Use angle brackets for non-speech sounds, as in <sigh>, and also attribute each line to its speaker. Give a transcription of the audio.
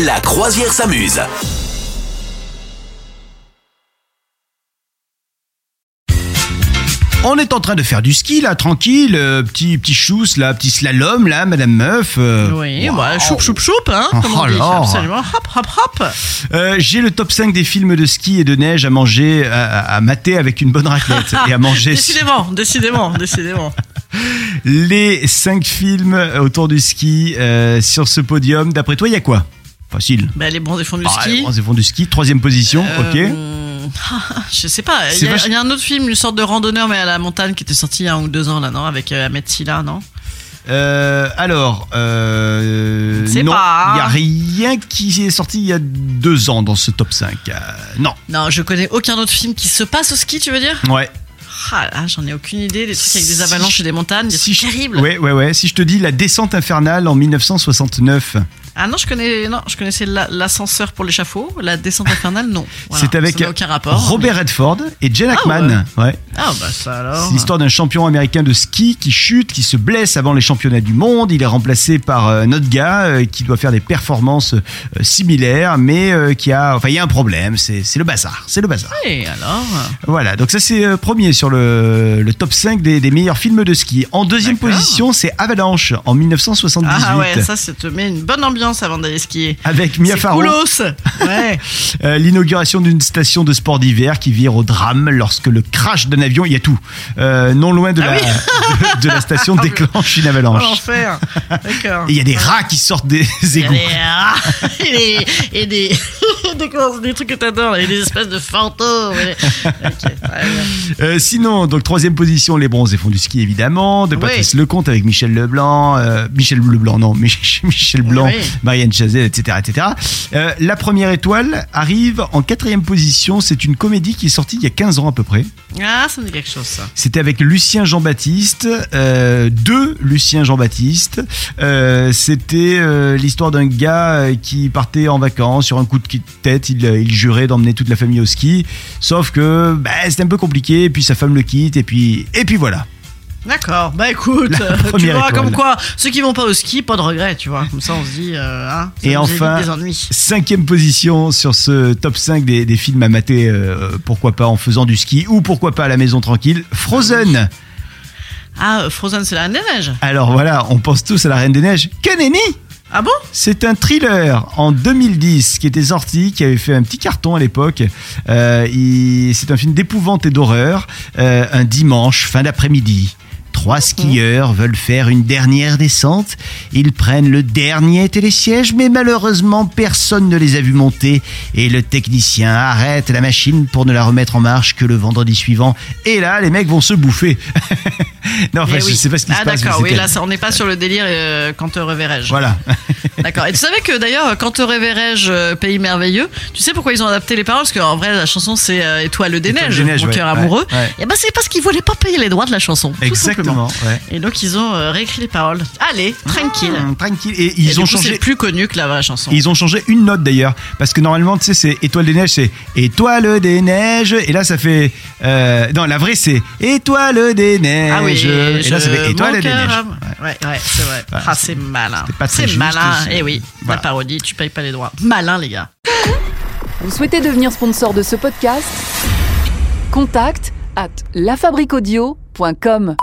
Speaker 1: La croisière s'amuse.
Speaker 2: On est en train de faire du ski là, tranquille, euh, petit petit chousse là, petit slalom là, Madame Meuf. euh,
Speaker 3: Oui,
Speaker 2: waouh.
Speaker 3: bah, choup, choup, choup, hein,
Speaker 2: Oh
Speaker 3: comme on dit,
Speaker 2: là.
Speaker 3: absolument. Hop, hop, hop.
Speaker 2: Euh, J'ai le top 5 des films de ski et de neige à manger, à, à- à mater avec une bonne raclette et à
Speaker 3: <laughs>
Speaker 2: manger
Speaker 3: Décidément,
Speaker 2: <laughs>
Speaker 3: décidément, décidément.
Speaker 2: les 5 films autour du ski euh, sur ce podium. D'après toi, il y a quoi Facile.
Speaker 3: Bah, les bronzés font du
Speaker 2: Ah, les
Speaker 3: ski.
Speaker 2: bronzés font du ski, troisième position, ok.
Speaker 3: Euh, <laughs> Je sais pas. Il
Speaker 2: C'est
Speaker 3: y, a-
Speaker 2: vache-
Speaker 3: il y a un autre film, une sorte de randonneur, mais à la montagne, qui était sorti il y a un ou deux ans, là, non Avec euh, Ahmed Silla, non
Speaker 2: Euh, alors, euh,
Speaker 3: Je sais
Speaker 2: non,
Speaker 3: pas.
Speaker 2: il y a rien qui est sorti il y a deux ans dans ce top 5. Euh, non,
Speaker 3: Non, je connais aucun autre film qui se passe au ski, tu veux dire
Speaker 2: ouais.
Speaker 3: Ah là, j'en ai aucune idée. Des trucs avec des
Speaker 2: Si
Speaker 3: avalanches
Speaker 2: je-
Speaker 3: et des montagnes, des
Speaker 2: Si
Speaker 3: trucs
Speaker 2: je-
Speaker 3: terribles.
Speaker 2: Ouais, ouais, ouais. Si je te dis la descente infernale en 1969,
Speaker 3: Ah non, je connais, non, je connaissais la- l'ascenseur pour l'échafaud, la descente infernale, non. Voilà,
Speaker 2: c'est avec
Speaker 3: ça n'a aucun rapport.
Speaker 2: Robert Redford et Jen
Speaker 3: Ah,
Speaker 2: Hackman. ouais.
Speaker 3: mais- Ah bah ça alors.
Speaker 2: C'est l'histoire d'un champion américain de ski qui chute, qui se blesse avant les championnats du monde. Il est remplacé par euh, notre gars euh, qui doit faire des performances euh, similaires, mais euh, qui a, enfin, il y a un problème. C'est c'est le bazar. C'est le bazar.
Speaker 3: Et alors
Speaker 2: Voilà. Donc ça c'est euh, premier sur le, le top 5 des, des meilleurs films de ski. En deuxième
Speaker 3: D'accord.
Speaker 2: position, c'est Avalanche en 1978
Speaker 3: Ah ouais, ça, ça te met une bonne ambiance avant d'aller skier.
Speaker 2: avec Mia
Speaker 3: C'est
Speaker 2: Farrow.
Speaker 3: coolos.
Speaker 2: <laughs>
Speaker 3: Ouais.
Speaker 2: Euh, l'inauguration d'une station de sport d'hiver qui vire au drame lorsque le crash d'un avion, il y a tout, euh, non loin de,
Speaker 3: Ah
Speaker 2: la, de, de la
Speaker 3: <laughs>
Speaker 2: station déclenche une
Speaker 3: Oh,
Speaker 2: avalanche.
Speaker 3: l'enfer. D'accord.
Speaker 2: Et il y a des rats qui sortent des
Speaker 3: Il y a
Speaker 2: égouts.
Speaker 3: des ah, <laughs> rats, et des, et des, <laughs> des, comment- des trucs que t'adores, et des espèces de fantômes. et des- Ok, très bien.
Speaker 2: Euh, sinon, donc troisième position, les bronzes et font du ski évidemment, de
Speaker 3: Oui.
Speaker 2: Patrice Lecomte avec Michel Leblanc, euh, Michel Leblanc, non, <laughs> Mich- Michel Blanc,
Speaker 3: Oui.
Speaker 2: Marianne Chazelle, etc. etc. Euh, la première étoile arrive en quatrième position, c'est une comédie qui est sortie il y a 15 ans à peu près.
Speaker 3: Ah, ça me dit quelque chose, ça.
Speaker 2: C'était avec Lucien Jean-Baptiste, euh, deux Lucien Jean-Baptiste. Euh, C'était euh, l'histoire d'un gars euh, qui partait en vacances sur un coup de tête. Il, euh, il jurait d'emmener toute la famille au ski, sauf que bah, c'était un peu compliqué. Et puis sa femme le quitte, et puis et puis voilà.
Speaker 3: D'accord, bah écoute, euh, tu
Speaker 2: première
Speaker 3: vois,
Speaker 2: étoile.
Speaker 3: comme quoi, ceux qui vont pas au ski, pas de regret, tu vois. Comme ça, on se dit, euh, hein, ça
Speaker 2: Et
Speaker 3: nous
Speaker 2: enfin-
Speaker 3: évite des ennuis.
Speaker 2: Cinquième position sur ce top 5 des, des films à mater, euh, pourquoi pas en faisant du ski ou pourquoi pas à la maison tranquille. Frozen.
Speaker 3: Ah, euh, Frozen, c'est la reine des neiges.
Speaker 2: Alors voilà, on pense tous à la Reine des Neiges. Que nenni
Speaker 3: Ah bon
Speaker 2: C'est un thriller en 2010 qui était sorti, qui avait fait un petit carton à l'époque. Euh, il- c'est un film d'épouvante et d'horreur. Euh, un dimanche, fin d'après-midi. Trois skieurs veulent faire une dernière descente. Ils prennent le dernier télésiège, mais malheureusement, personne ne les a vus monter. Et le technicien arrête la machine pour ne la remettre en marche que le vendredi suivant. Et là, les mecs vont se bouffer. <laughs> non, enfin,
Speaker 3: Eh
Speaker 2: je
Speaker 3: oui.
Speaker 2: sais pas ce qui
Speaker 3: Ah
Speaker 2: se passe. mais
Speaker 3: d'accord,
Speaker 2: c'est
Speaker 3: oui,
Speaker 2: terrible.
Speaker 3: là, ça- on n'est pas sur le délire euh, quand te reverrai-je.
Speaker 2: Voilà. <laughs>
Speaker 3: D'accord. Et tu savais que d'ailleurs, quand te reverrai-je, euh, pays merveilleux, tu sais pourquoi ils ont adapté les paroles Parce qu'en vrai, la chanson, c'est euh, Étoile des
Speaker 2: Étoile
Speaker 3: neiges,
Speaker 2: des neiges,
Speaker 3: mon
Speaker 2: ouais,
Speaker 3: cœur
Speaker 2: ouais,
Speaker 3: amoureux.
Speaker 2: ouais.
Speaker 3: Et ben, c'est parce qu'ils voulaient pas payer les droits de la chanson. tout
Speaker 2: Exactement.
Speaker 3: simplement.
Speaker 2: ouais.
Speaker 3: Et donc, ils ont euh, réécrit les paroles. Allez, tranquille.
Speaker 2: Mmh, tranquille. Et
Speaker 3: Et
Speaker 2: ils
Speaker 3: du
Speaker 2: ont
Speaker 3: coup, C'est
Speaker 2: changé.
Speaker 3: plus connu que la vraie chanson.
Speaker 2: Ils ont changé une note d'ailleurs, parce que normalement, tu sais, c'est Étoile des Neiges, c'est Étoile des Neiges, et là ça fait. euh, non, la vraie c'est Étoile des Neiges,
Speaker 3: Ah oui,
Speaker 2: et là ça fait Étoile
Speaker 3: mon
Speaker 2: des
Speaker 3: cœur
Speaker 2: Neiges.
Speaker 3: amoureux. Ouais, ouais, c'est vrai.
Speaker 2: Voilà,
Speaker 3: ah, c'est malin.
Speaker 2: c'était pas très
Speaker 3: C'est
Speaker 2: juste,
Speaker 3: malin.
Speaker 2: c'est-
Speaker 3: Et oui,
Speaker 2: voilà.
Speaker 3: la parodie, tu payes pas les droits. Malin, les gars.
Speaker 4: Vous souhaitez devenir sponsor de ce podcast Contact à lafabriquaudio.com.